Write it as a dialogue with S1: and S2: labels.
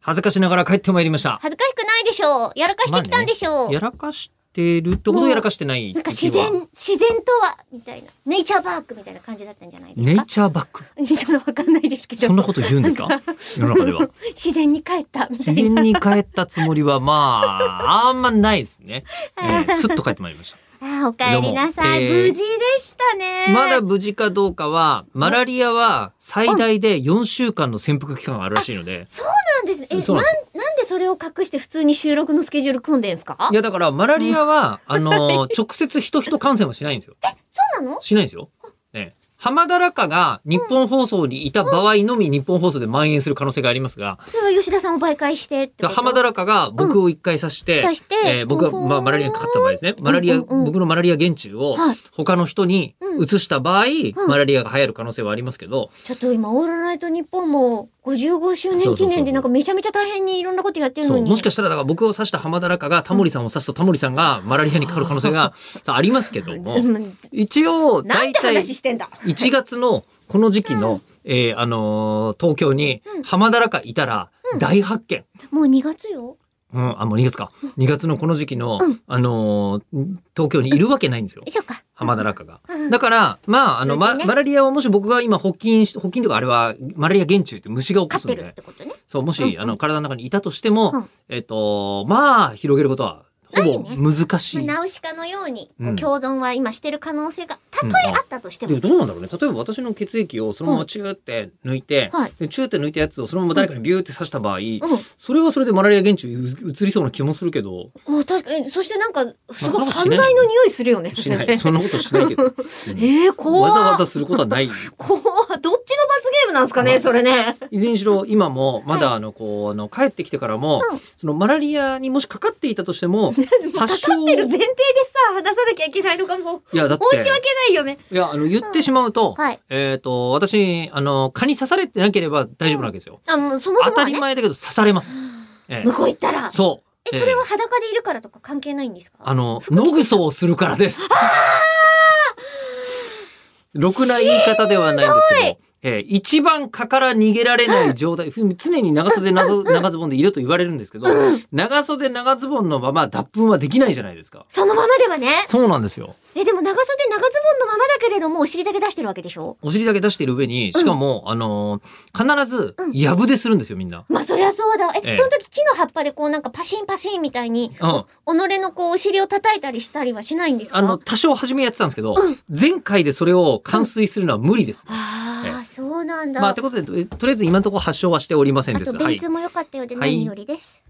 S1: 恥ずかしながら帰ってまいりました。
S2: 恥ずかしくないでしょう。やらかしてきたんでしょう。
S1: やらかしてるってほどやらかしてない。
S2: なんか自然、。自然とは、みたいな。ネイチャーバークみたいな感じだったんじゃないです
S1: ネイ
S2: か。
S1: チャーバック。
S2: ちょっとわかんないですけど。
S1: そんなこと言うんですか世の中では。
S2: 自然に帰ったみた
S1: 自
S2: い
S1: 然
S2: な。
S1: に帰ったつもりは、ま あ、あんまないですね。えー、すっと帰ってまいりました。
S2: あー、お帰りなさい。
S1: どうもえー
S2: 無事でしたね。
S1: まだ無事かどうかは、マラリアは最大で4週間の潜伏期間があるらしいので。
S2: なんですね。え、
S1: そう
S2: な
S1: なんんで、
S2: なんでそれを隠して普通に収録のスケジュール組んでんすか
S1: いや、だから、マラリア は、あのー、直接人々感染はしないんですよ。
S2: そうなの
S1: しないですよ。ね。浜田らかが日本放送にいた場合のみ日本放送で蔓延する可能性がありますが、
S2: それは吉田さんを媒介してって
S1: だ
S2: こ
S1: か
S2: と
S1: ら浜田らかが僕を一回刺して、
S2: 刺して
S1: えー僕が、
S2: ほほー
S1: まあ、マラリアにかかった場合ですね。マラリア、
S2: うんうんうん
S1: 僕のマラリア原虫を
S2: はい
S1: 他の人に移した場合、
S2: うん
S1: マラリアが流行る可能性はありますけど、
S2: ちょっと今、オールナイト日本も55周年記
S1: そうそうそう
S2: 念
S1: そ
S2: で
S1: う
S2: なんかめちゃめちゃ大変にいろんなことやってる
S1: そ
S2: の
S1: う、
S2: に。
S1: もしかしたらだから僕を刺した浜田らかがタモリさんを刺すとタモリさんがマラリアにかかる可能性が そうありますけども、
S2: うん
S1: 一応、
S2: な
S1: 大
S2: んて
S1: 体、
S2: 話してんだ
S1: 1月のこの時期の、えーあのー東京に
S2: うん
S1: 浜田らかいたら大発見。
S2: もう2月よ。
S1: うん、あ、もう2月か。2月のこの時期の、あのー東京にいるわけないんですよ。
S2: そっか。
S1: 浜田らかが
S2: うん。
S1: だから、まあ、あの、ま
S2: 無事ね
S1: マラリアはもし僕が今、補菌し、補菌とかあれは、マラリア原虫って虫が起こ
S2: 勝
S1: す
S2: っ
S1: ん
S2: てるっ
S1: で、
S2: てことね。
S1: そう、も
S2: うんう
S1: し、
S2: ん
S1: あの、体の中にいたとしても、
S2: うん
S1: えっと、まあ、広げることは、ほぼ
S2: ない
S1: 難しい。
S2: まあ、ナウシカのように、こう
S1: うん
S2: 共存は今してる可能性が、たとえあったとして
S1: で
S2: も。
S1: もどうなんだろうね。例えば私の血液をそのままチューって抜いて、
S2: はい
S1: でチューって抜いたやつをそのまま誰かにビューって刺した場合、
S2: うん
S1: それはそれでマラリア原虫う移りそうな気もするけど、
S2: もう確かに、そしてなんか、
S1: そ
S2: す
S1: ん
S2: ご
S1: ないことし
S2: 犯
S1: ない
S2: 罪の匂いするよね。
S1: しな
S2: そ れ
S1: い。そんなことしないけど。
S2: えー、
S1: うん
S2: 怖
S1: わ
S2: っ
S1: ざわざすることはない。
S2: 怖っどっちの罰ゲームなんですかね、
S1: まあ
S2: それね。
S1: いずれにしろ今も、まだあの、こう、あの、帰ってきてからも、
S2: うん
S1: そのマラリアにもしかかっていたとして も、
S2: かか
S1: 発症を、
S2: ってる前提
S1: い
S2: でさ、話さなきゃいけないのかも。
S1: や、だって、
S2: 申し訳ないよね。
S1: いや、あの、言ってしまうと、
S2: はい。
S1: えっ、と、私、あの、蚊に刺されてなければ大丈夫なわけですよ。
S2: あ、もうそも
S1: 当
S2: そも
S1: た
S2: は
S1: り
S2: ね、
S1: 前だけど刺されます。ええ
S2: 向こう行ったら。
S1: そう。
S2: え、そ
S1: え
S2: れ
S1: え
S2: は裸でいるからとか関係ないんですか
S1: あの、野ぐそをするからです。ろくな言い方ではないんですけど、えー一番蚊から逃げられない状態、 常に長袖 長長ズボンでいると言われるんですけど、長袖長ズボンのまま脱粉はできないじゃないですか。
S2: そのままではね。
S1: そうなんですよ。
S2: え、でも長袖長ズボンのままだけれども、お尻だけ出してるわけでしょ
S1: お尻だけ出している上に、しかも、あのー必ず、やぶでするんですよ、みんな。
S2: まあ、そりゃそうだ。え、
S1: ええ
S2: その時木の葉っぱでこうなんかパシンパシンみたいに、
S1: うん。
S2: 己のこうお尻を叩いたりしたりはしないんですか
S1: あの、、多少初めやってたんですけど、前回でそれを完遂するのは無理です。
S2: ああ、そうなんだ。
S1: まあ、ということで、ととりあえず今のところ発症はしておりません
S2: あ
S1: で
S2: と
S1: す。
S2: 便通も良かったようで
S1: はい
S2: 何よりです。